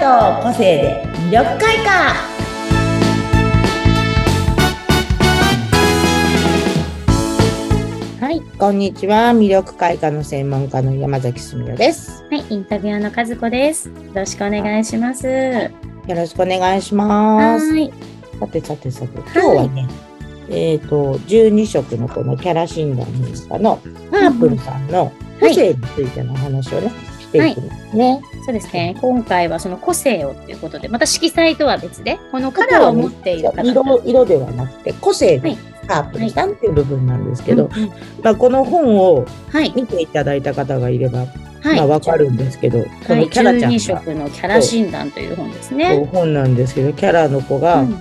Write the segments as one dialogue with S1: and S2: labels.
S1: の個性で魅力開花はい、こんにちは。魅力開花の専門家の山崎すみよです。
S2: はい、インタビュアーの和子です。よろしくお願いします。は
S1: よろしくお願いします。
S2: い、
S1: さてさてさて、今日はね、えっ、と、12色のこのキャラ診断の中のパープルさんの個性についてのお話をね、していきますね。
S2: そうですね。今回はその個性をということで、また色彩とは別で、このカラーを持っている方々
S1: 色色ではなくて個性
S2: は
S1: で
S2: い
S1: パープルさんっていう部分なんですけど、
S2: うんうん
S1: まあ、この本を
S2: はい、
S1: 見ていただいた方がいれば、
S2: はい、
S1: まあ、わかるんですけど、こ
S2: はい、
S1: のキャラちゃん
S2: 12
S1: が
S2: 色のキャラ診断という本です
S1: こう
S2: ね。
S1: 本なんですけどキャラの子
S2: う
S1: が、
S2: ん、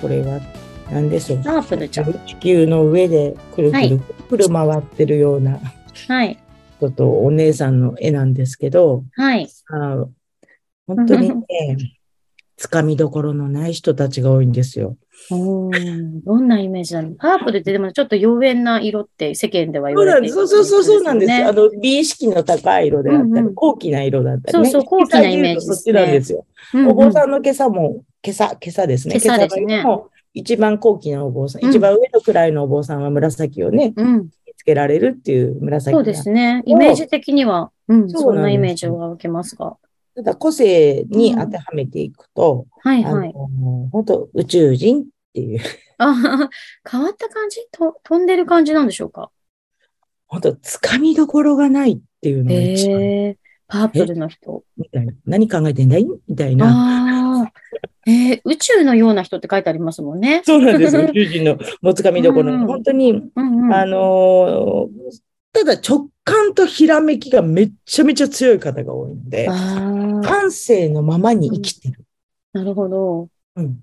S1: これは何でしょう
S2: パープルちゃん。
S1: 地球の上でくるく
S2: はい
S1: るくる回ってるような
S2: はい、
S1: 人とお姉さんの絵なんですけど、
S2: はい、
S1: あの本当にね、つかみどころのない人たちが多いんですよ。
S2: おーどんなイメージなのパープルってでもちょっと妖艶な色って世間では言
S1: そう
S2: わ
S1: な
S2: れ
S1: ん
S2: て
S1: で
S2: い
S1: す。
S2: る
S1: そうそうそうそうなんです。
S2: よ
S1: あ
S2: ね
S1: の、美意識の高い色であったり、
S2: うんうん
S1: 高貴な色だったり、ね。
S2: そうそう高貴なイメージ
S1: そ
S2: で
S1: っ
S2: す
S1: ち
S2: ね
S1: なんですよ。
S2: うんうん
S1: お坊さんの今朝も、今朝、今朝ですね。
S2: 今朝ですね
S1: 今の色も一番高貴なお坊さん、
S2: うん
S1: 一番上の位のお坊さんは紫をね、
S2: うん、
S1: つけられるっていう紫
S2: そう
S1: が。
S2: ですね。イメージ的には、うん、
S1: そう
S2: そ
S1: なんです
S2: んなイメージを受けますが。
S1: ただ個性に当てはめていくと、
S2: はい、
S1: あの、
S2: はい。
S1: 本当宇宙人っていう、
S2: あ 変わった感じと飛んでる感じなんでしょうか
S1: 本当つかみどころがないっていうのが一番、
S2: えー、パープルの人。
S1: みたいな。何考えてんだいみたいな。
S2: ああ。えー、宇宙のような人って書いてありますもんね。
S1: そうなんですよ。宇宙人 のもうつかみどころ、
S2: うん
S1: 本当に
S2: うんうん。
S1: あのーただ直感とひらめきがめっちゃめちゃ強い方が多いので、
S2: ああ、
S1: 感性のままに生きてる。
S2: なるほど。
S1: うん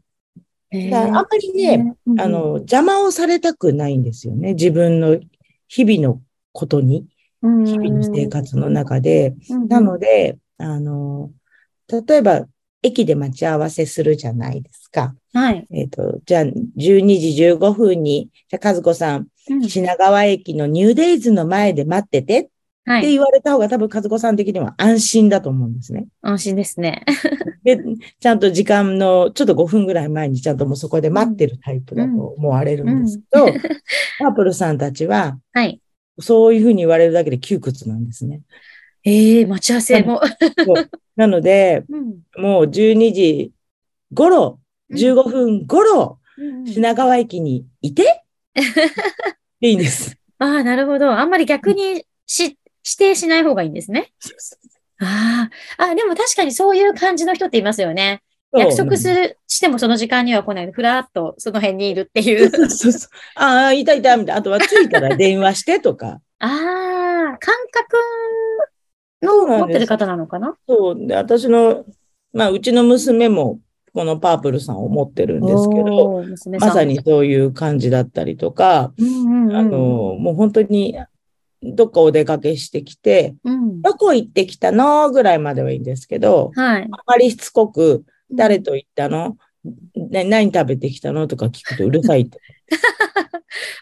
S2: え
S1: だからあんまりね、、
S2: うんうん
S1: あの、、邪魔をされたくないんですよね。自分の日々のことに、日
S2: 日
S1: 々の生活の中で。な
S2: な
S1: ので、あのー例えば、駅で待ち合わせするじゃないですか。
S2: はい。
S1: えっ、と、じゃあ、12時15分に、じゃあ、和子さん、
S2: うん
S1: 品川駅のニューデイズの前で待ってて
S2: は
S1: って
S2: い。
S1: 言われた方が多分和子さん的には安心だと思うんですね。
S2: 安心ですね。
S1: で、ちゃんと時間のちょっと5分ぐらい前にちゃんともうそこで待ってるタイプだと思われるんですけ ど、パープルさんたちは
S2: はい。
S1: そういうふうに言われるだけで窮屈なんです ね。
S2: ええー、待ち合わせも。
S1: なので、
S2: うん
S1: もう12時頃、15分頃、
S2: うんうん
S1: 品川駅にい てでいいんです。
S2: ああ、なるほど。あんまり逆にし、指定しない方がいいんですね。ああ、あ、でも確かにそういう感じの人っていますよね。約束す
S1: る。
S2: る、してもその時間には来ない。ふらっとその辺にいるってい う。
S1: そうそうそう。ああ、いたいた、みたいな。あとは着いたら電話してと か。
S2: ああ、感覚
S1: そうなん
S2: 持っ
S1: です
S2: てる方なのかな
S1: そう。で、私の、まあ、うちの娘も、このパープルさんを持ってるんですけど、
S2: おー娘さん
S1: まさに。そういう感じだったりとか、
S2: うんうんうん、
S1: あの、もう本当に、どっかお出かけしてきて、
S2: うん、
S1: どこ行ってきたのぐらいまではいいんですけど、
S2: はい。
S1: あまりしつこく、誰と行ったの、な何食べてきたのとか聞くとうるさいっ て。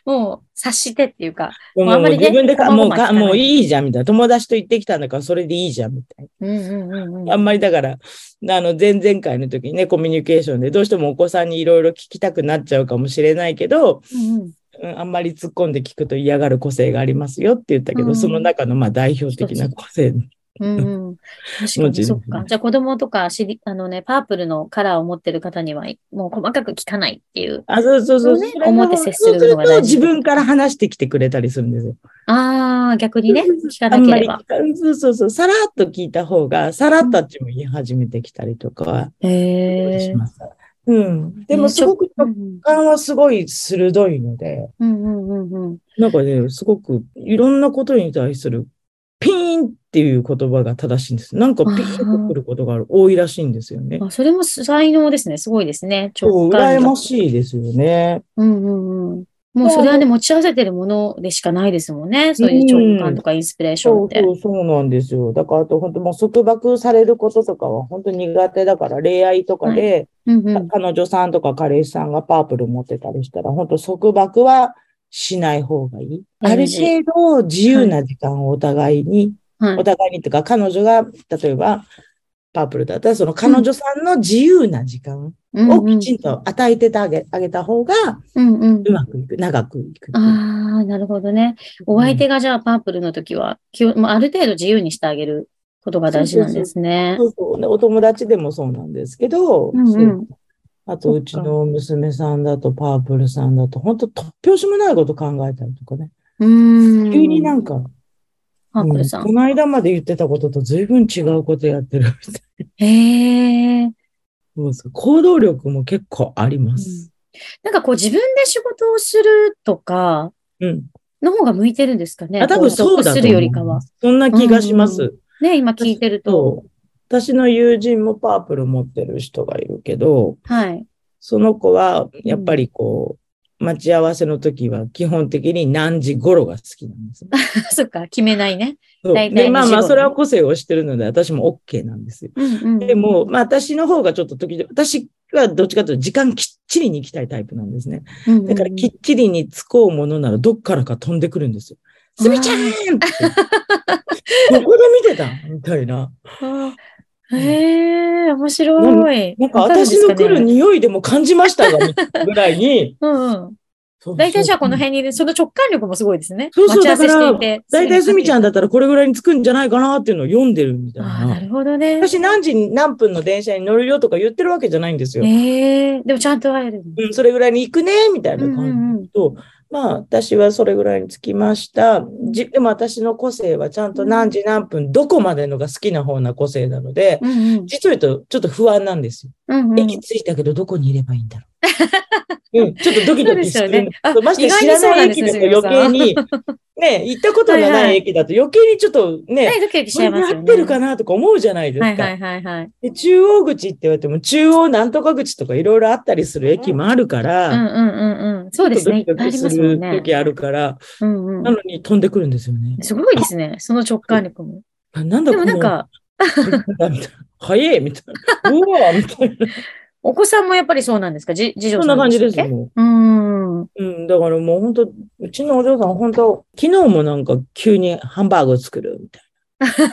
S2: もう察してっていうか。
S1: も
S2: う
S1: う
S2: あんまりね
S1: 自分でか、
S2: 細
S1: もう
S2: 々聞
S1: か、
S2: かない
S1: もういいじゃんみたいな。友達と行ってきたんだからそれでいいじゃんみたいな。
S2: うんうんうんうん。
S1: あんまりだから、あの、前々回の時にね、コミュニケーションでどうしてもお子さんにいろいろ聞きたくなっちゃうかもしれないけど、
S2: うんうん
S1: うん、あんまり突っ込んで聞くと嫌がる個性がありますよって言ったけど、
S2: うん
S1: その中のまあ代表的な個性。
S2: うんうん、確か
S1: もちろ
S2: に、そ
S1: ん
S2: っか。じゃあ子供とか知り、あのね、パープルのカラーを持ってる方には、もう細かく聞かないっていう。
S1: あ、そうそうそう。
S2: そうね
S1: それが
S2: 表接するのが
S1: そうす
S2: 大事
S1: ると自分から話してきてくれたりするんですよ。
S2: ああ、逆にね、聞か
S1: あ
S2: なんけ
S1: ま
S2: れ
S1: り
S2: ば。
S1: 聞か、そうそうそう。さらっと聞いた方が、さらっとあっちも言い始めてきたりとか
S2: へ
S1: します。うん。でもすごく
S2: う
S1: 直
S2: ん
S1: 感はすごい鋭いので、
S2: うんうんうん。
S1: なんかね、すごくいろんなことに対するピーンっていう言葉が正しいんです。なんかピーンとくることが多いらしいんですよね。
S2: あそれも才能ですね。すごいですね。
S1: そう、
S2: 直感
S1: 羨ま
S2: 力。
S1: しいですよね。
S2: うんうんうん。もうそれはね、持ち合わせてるものでしかないですもんね。そういう直感とかインスピレーション
S1: そ
S2: っ
S1: う
S2: て。
S1: そう、そうなんですよ。だから、あと本当もう束縛されることとかは本当苦手だから、恋愛とかで、
S2: うんうん。
S1: 彼女さんとか彼氏さんがパープル持ってたりしたら、本当束縛はしない方がいい。ある
S2: NG
S1: 程度自由な時間をお互いに、
S2: は
S1: お
S2: い。
S1: 互いにとか、彼女が、例えば、パープルだったら、その彼女さんの自由な時間
S2: うん
S1: を
S2: う
S1: き
S2: ん
S1: ちんと与えてあげあげた方が、
S2: うんうん
S1: うまくいく、長くいく。
S2: ああ、なるほどね。お相手がじゃあパープルの時は、きゅもうある程度自由にしてあげることが大事なんですね。
S1: そうそうねお友達でもそうなんですけど、
S2: うん。
S1: そううんあと、うちの娘さんだと、パープルさんだと、本当突拍子もないこと考えたりとかね。
S2: うーん。
S1: 急になんか、
S2: パープル
S1: うん
S2: さん
S1: こ。の間まで言ってたことと随分違うことやってる みたいな。
S2: へえ。
S1: そうそう行動力も結構あります。
S2: なんかこう自分で仕事をするとか、
S1: うん。
S2: の方が向いてるんですかね。
S1: あ、多
S2: こ
S1: 分そうだと思う。
S2: するよりかは。。
S1: そんな気がします。
S2: ね、今聞いてると。
S1: そう。私の友人もパープル持ってる人がいるけど、
S2: はい。
S1: その子は、やっぱりこう、待ち合わせの時は基本的に何時頃が好きなん ですね。
S2: そっか、決めないね。
S1: そう
S2: 大体
S1: で、まあま
S2: 2時
S1: あ、
S2: 頃
S1: それは個性をしてるので、私も OK なんですよ。
S2: うんうん。
S1: で、も、まあ私の方がちょっと時々、私はどっちかというと時間きっちりに行きたいタイプなんですね。
S2: うんうん
S1: だからきっちりにつこうものならどっからか飛んでくるんですよ。
S2: うん
S1: すみちゃんって。どこで見てたみたいな。
S2: あーへえ、面白い。
S1: なんか
S2: わる
S1: 私
S2: です
S1: の来る
S2: ね。
S1: 匂いでも感じましたが、みたいなぐらい に。
S2: うんうん。大体じゃあこの辺にいる、その直感力もすごいですね。
S1: そうそう
S2: 待ち合わせしていて。
S1: 大体すみちゃん
S2: だ
S1: だったらこれぐらいに着くんじゃないかなっていうのを読んでるみたい
S2: ああ、な
S1: な。
S2: るほどね。
S1: 私何時に何分の電車に乗るよとか言ってるわけじゃないんですよ。
S2: ええでもちゃんと会える。
S1: うん、それぐらいに行くね、みたいな感じと、まあ、私はそれぐらいに着きました。じでも私の個性はちゃんと何時何分、どこまでのが好きな方な個性なので、
S2: うんうん。
S1: 実を言うとちょっと不安なんですよ。
S2: うんうん。
S1: 駅着いたけどどこにいればいいんだろう。うん、ちょっとドキドキするんだ
S2: そうですよねあ
S1: そうましてや知らない駅だと
S2: 意外にそうな
S1: 余計
S2: んです
S1: に、ね、行ったことの
S2: はい
S1: な
S2: はい
S1: い駅だと余計にちょっとね、
S2: ね、ドキドキし
S1: こ
S2: ちゃ
S1: れ
S2: います
S1: 合
S2: よ
S1: っ
S2: ね。
S1: てるかなとか思うじゃないです
S2: はい
S1: か
S2: は。いはいはい。
S1: で中央口って言われても、中央なんとか口とかいろいろあったりする駅もあるか
S2: うん
S1: ら、
S2: うんうんうん。そうですね。いっ
S1: ちょっと
S2: ぱいあ
S1: ドキ
S2: り
S1: ド
S2: ま
S1: キ
S2: す
S1: す
S2: もん
S1: る
S2: ね。
S1: 時あるから、
S2: うんう。
S1: なんのに飛んでくるんですよね。
S2: すごいですね。その直感力も。
S1: あなんだ
S2: で
S1: こ
S2: も
S1: の
S2: なんか、
S1: みたいな 早いみたいな。うわみたい な。
S2: お子さんもやっぱりそうなんですかじ、次
S1: そ
S2: 女
S1: ん
S2: さ
S1: なん感じです
S2: ね。
S1: も
S2: うん。うん
S1: う。うん、だからもう本当うちのお嬢さん本当昨日もなんか急にハンバーグ作るみた いな。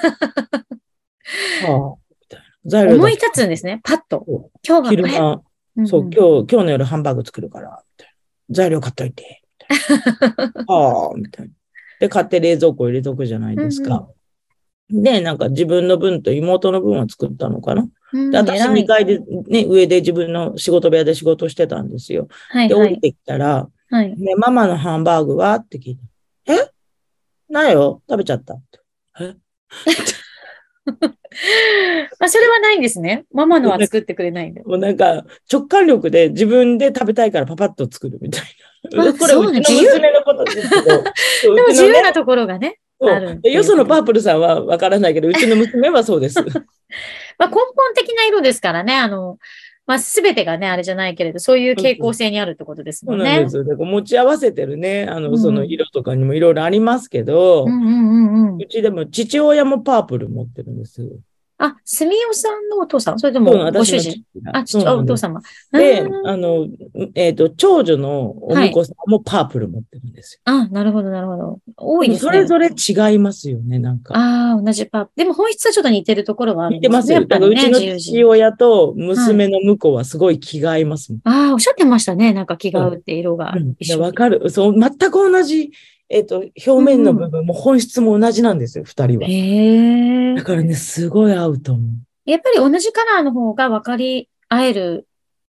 S1: はあ、みたいな。材料
S2: 思い
S1: だ
S2: 立つんですね。パッと
S1: そう。
S2: 今日は
S1: 昼
S2: こ
S1: 間、
S2: れ。
S1: そう、
S2: んん
S1: 今日、今日の夜ハンバーグ作るから、みたいな。材料買っといて。み たいなああ、みたいな。で、買って冷蔵庫入れとくじゃないですか。で、なんか自分の分と妹の分を作ったのかな。
S2: うん
S1: で、私
S2: 偉い
S1: 2階で、ね、上で自分の仕事部屋で仕事してたんですよ。
S2: はい
S1: で、
S2: は
S1: 降り
S2: い。
S1: てきたら、
S2: はい。
S1: ね、ママのハンバーグはって聞いた。えないよ食べちゃった。
S2: まあ、それはないんですね。ママのは作ってくれないんで。
S1: もうなんか、直感力で自分で食べたいからパパッと作るみたいな。
S2: あ
S1: これ、
S2: そう
S1: う
S2: ね
S1: ちの娘のことですけど。そう
S2: でも
S1: うち
S2: 自
S1: の
S2: 由
S1: ね
S2: なところがね。
S1: そ
S2: ある
S1: うでよそのパープルさんはわからない けど、うちの娘はそうです。
S2: まあ、根本的な色ですからね。あの、まあ、すべてがね、あれじゃないけれど、そういう傾向性にあるってことです
S1: そ
S2: も
S1: うんなん
S2: ね
S1: で。すよ。だから持ち合わせてるね、あ
S2: う
S1: の、
S2: ん
S1: その色とかにもいろいろありますけど、
S2: うんうんうんうん
S1: う。ちでも父親もパープル持ってるんです。
S2: あ、すみおさんのお父さんそれとも
S1: そう
S2: ご
S1: 私
S2: 主
S1: の
S2: 人
S1: 父が
S2: あ、ち
S1: そう
S2: ょ、あ
S1: な
S2: お
S1: んで
S2: 父
S1: す
S2: 様。
S1: で
S2: うん、
S1: あの、えっ、と、長女のお婿さんもパープル持ってるんですよ。
S2: あ、なるほど、なるほど。多いです
S1: そ
S2: ね。
S1: れぞれ違いますよね、なんか。
S2: ああ、同じパープ。でも本質はちょっと似てるところはある
S1: 似
S2: ん
S1: て
S2: で
S1: ます
S2: ね。
S1: よ。
S2: やっぱ
S1: だからう
S2: り
S1: ち
S2: ね、
S1: の
S2: 自由
S1: 父
S2: 人。
S1: 親と娘の婿はすごい気が合いますもん。
S2: ああ、おっしゃってましたね。なんか気が合うって色が
S1: うん
S2: 一緒
S1: わ、かる。そう、全く同じ、えっ、と、表面の部分も本質も同じなんですよ、二人は。
S2: へえ
S1: だ。からね、すごい合うと思う。
S2: やっぱり同じカラーの方が分かり合える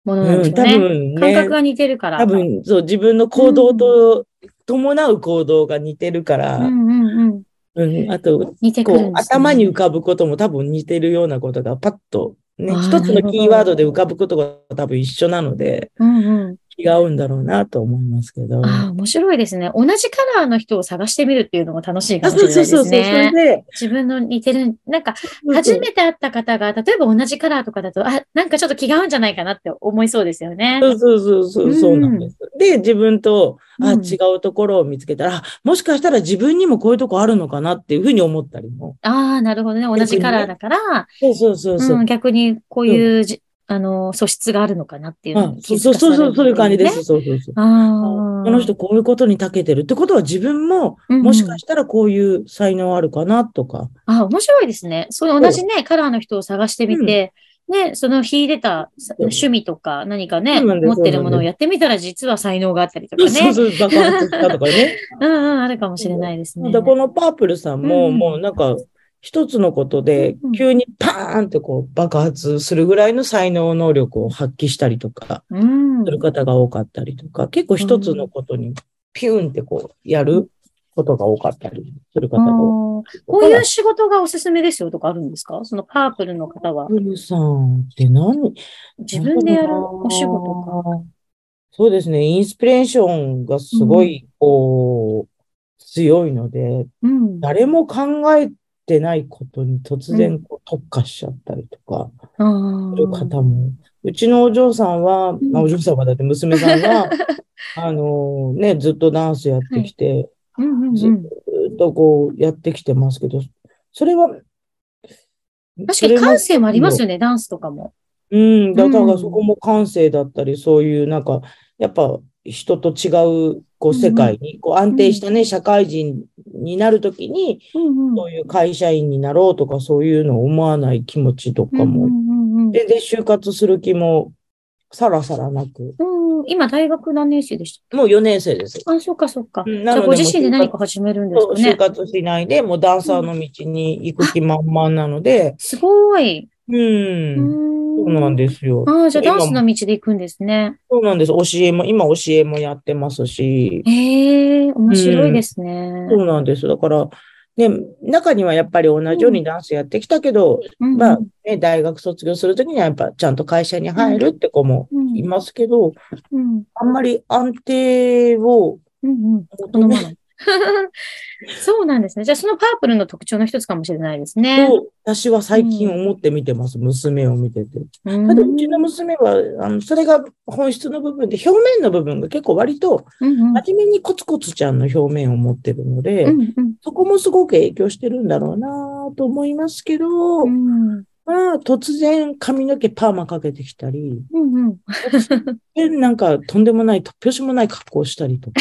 S2: ものなんで
S1: う
S2: し
S1: ん、
S2: ょう
S1: 多
S2: ね。
S1: 分
S2: 感覚
S1: ね、
S2: が似てるから。
S1: 多分、そう、自分の行動と伴う行動が似てるから、
S2: う
S1: うん、
S2: んうんうん。
S1: あと、
S2: 似てく
S1: こ
S2: るんです、ね
S1: う、、頭に浮かぶことも多分似てるようなことがパッと、ね、
S2: あー
S1: 一つ
S2: な
S1: の
S2: るほど
S1: キーワードで浮かぶことが多分一緒なので、
S2: うんう
S1: 気が合うんだろうなと思いますけど。
S2: ん。ああ、面白いですね。同じカラーの人を探してみるっていうのも楽しいか
S1: あ
S2: もしれないです
S1: それ
S2: ね。
S1: で、
S2: 自分の似てる、なんか、
S1: そう
S2: 初
S1: そう
S2: めて会った方が、例えば同じカラーとかだと、あ、なんかちょっと気が合うんじゃないかなって思いそうですよね。
S1: そうそうそうそうう、
S2: ん
S1: そうなんです。で、自分と、あ、
S2: うん
S1: 違うところを見つけたら、あもしかしたら自分にもこういうとこあるのかなっていうふうに思ったりも。
S2: ああ、なるほどね。同じカラーだから、
S1: そうそうそうそうう。
S2: ん、逆にこういうじあの、素質があるのかなっていうの
S1: あ
S2: に気
S1: そう
S2: づ
S1: そう
S2: かさ
S1: そうそう、そ
S2: れる
S1: ういう感じで
S2: ね
S1: す。そうそうそう。こ
S2: ああ。
S1: の人こういうことに長けてるってことは自分も
S2: うんうん、
S1: もしかしたらこういう才能あるかなとか。
S2: あ、面白いですね。それ同じね、カラーの人を探してみて、ね、その秀でたさ
S1: うん
S2: 趣味とか何かね、
S1: そうなんです
S2: 持ってるも
S1: そ
S2: の
S1: うなん
S2: を
S1: です
S2: やってみたら実は才能があったりとか
S1: そうそう
S2: ね。
S1: そう、爆発したとかね。
S2: うんうん、あるかもしれないですね。
S1: だからこのパープルさんも、
S2: うん
S1: もうなんか、一つのことで
S2: うん、
S1: 急にパーンってこう爆発するぐらいの才能能力を発揮したりとか、
S2: うん
S1: す。る方が多かったりとか、結構一つのことにピューンってこうやることが多かったりする
S2: あ
S1: 方が多
S2: ー
S1: い。
S2: こういう仕事がおすすめですよとかあるんですかそのパープルの方は
S1: パ。ープルさんって何
S2: 自分でやるお仕事か。
S1: か。そうですね。インスピレーションがすごい、こう、強いので、
S2: うん。あ
S1: 誰も考えてないことに突然こう特化しちゃったりとか、
S2: あ
S1: する
S2: ー。
S1: 方も。うちのお嬢さんは、
S2: ん
S1: まあお嬢さんはだって娘さん が、あのね、ずっとダンスやってきて、
S2: うんうん
S1: ず
S2: うん。
S1: ずっとこうやってきてますけど、それは、
S2: 確
S1: そ
S2: かに
S1: れも
S2: 感性もありますよね、ダンスとかも。
S1: うん、だか
S2: うん
S1: らそこも感性だったり、そういうなんか、やっぱ人と違うこう世界に、こう安定したね、社会人になるときに、
S2: うんうん。
S1: そういう会社員になろうとか、そういうのを思わない気持ちとか
S2: うんう
S1: も、
S2: んうんうん
S1: 全然就活する気もさらさらなく、
S2: うん今大学何年生でした
S1: もう4年生です。
S2: あ、そうか、そうか。
S1: うん
S2: じゃ
S1: な
S2: あ、
S1: ので
S2: ご自身で
S1: もう
S2: 何か始めるんです
S1: そう
S2: か
S1: 就
S2: ね。
S1: 活しないで、もうダンサーの道に行く気満々なので、
S2: すごい。
S1: うん、そう
S2: そう
S1: なん
S2: で
S1: ですよ。
S2: ああ、じゃあ、ダ
S1: 今
S2: ンスの道で行くんですね。
S1: そうなんです。教えも、今教えもやってますし、
S2: ええ面白いですね。
S1: そうなんです。だから、ね、中にはやっぱり同じようにダンスやってきたけど、
S2: うん
S1: まあ、ね、大学卒業するときにはやっぱちゃんと会社に入るって子も
S2: うん
S1: いますけど、
S2: うん
S1: あんまり安定を
S2: うんうん好
S1: 求
S2: ま
S1: め
S2: ないそうなんですね。じゃあ、そのパープルの特徴の一つかもしれないです
S1: る
S2: ね。
S1: と、私は最近思って見てます。娘を見てて。
S2: うん
S1: ただ、うちの娘は、あの、それが本質の部分で、表面の部分が結構割と、
S2: うん
S1: 真面目にコツコツちゃんの表面を持ってるので、
S2: うんうん
S1: そこもすごく影響してるんだろうなと思いますけど、
S2: うん
S1: まあ、突然髪の毛パーマかけてきたり、
S2: うんうん
S1: で、なんかとんでもない、突拍子もない格好をしたり とか。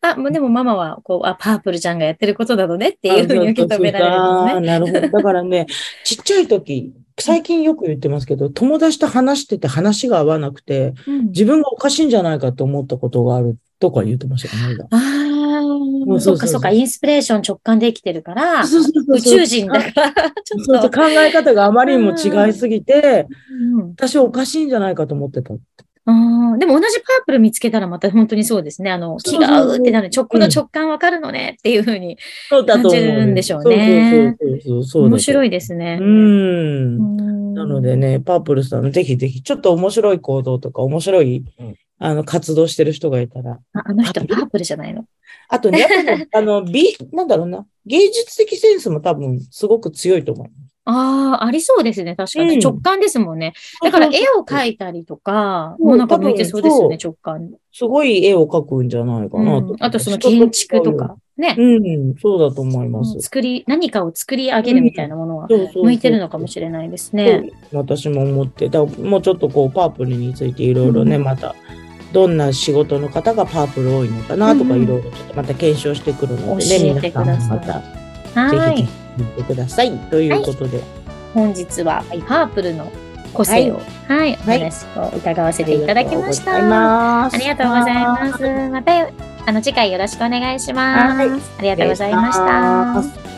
S2: あ、もうでもママは、こう、あ、パープルちゃんがやってることなのねっていうふうに受け止められるの
S1: あ
S2: ね。
S1: なるほど。だからね、ちっちゃい時、最近よく言ってますけど、友達と話してて話が合わなくて、
S2: うん
S1: 自分がおかしいんじゃないかと思ったことがあるとか言ってましたこの間
S2: あ
S1: う
S2: あ、
S1: んそ
S2: そっ
S1: うそうそ
S2: か
S1: う
S2: そっか、インスピレーション直感で生きてるから、
S1: そうそうそう
S2: 宇
S1: そう
S2: 宙人だから、ち
S1: そう
S2: ょ
S1: そ
S2: っ
S1: う
S2: と。
S1: 考え方があまりにも違いすぎて、
S2: うん
S1: 私はおかしいんじゃないかと思ってた。
S2: あーでも同じパープル見つけたらまた本当にそうですね。あの、
S1: そうそ
S2: 気
S1: う
S2: が合うってなる。直
S1: う
S2: こ
S1: ん
S2: の直感わかるのねっていうふうに。
S1: そうだと思う。
S2: 感じるんでしょうね
S1: そうそうそうそうそう
S2: 面白
S1: い。
S2: いですね。
S1: うん。
S2: うん
S1: なので。ね、パープルさん、ぜひぜひ、ちょっと面白い行動とか、面白い、あの、活動してる人がいたら。
S2: ああの人パープルじゃないの。
S1: あとね、やっぱねあの、美、なんだろうな、芸術的センスも多分、すごく強いと思う。
S2: ああ、ありそうですね。確か
S1: う
S2: に。
S1: ん
S2: 直感ですもんね。だから
S1: そうそう
S2: 絵を描いたりとか、
S1: うん
S2: もうなんか向いてそうですよね、
S1: 多
S2: 直感。
S1: すごい絵を描くんじゃないか
S2: う
S1: なと、
S2: んあとその建築とか、ね。
S1: うん、そうだと思いま
S2: うん
S1: す。
S2: 作り、何かを作り上げるみたいなものは
S1: そうそうそう
S2: 向いてるのかもしれないですね。
S1: そう私も思って、だもうちょっとこう、パープルについていろいろね、
S2: うん
S1: また、どんな仕事の方がパープル多いのかなとか、
S2: うん
S1: いろいろちょっとまた検証してくるので、
S2: 教え
S1: ね、
S2: て
S1: 皆さんもま
S2: くださ
S1: た、ぜ
S2: は
S1: ひぜ。
S2: い
S1: ひ見てください。ということで、
S2: 本日はパープルの個性を、はい、お話を伺わせていただきました。
S1: ありが
S2: ありがとうござい
S1: す。
S2: ます。また、あの、次回よろしくお願いします。
S1: はい
S2: ありがとうございまし
S1: お願いしたま。す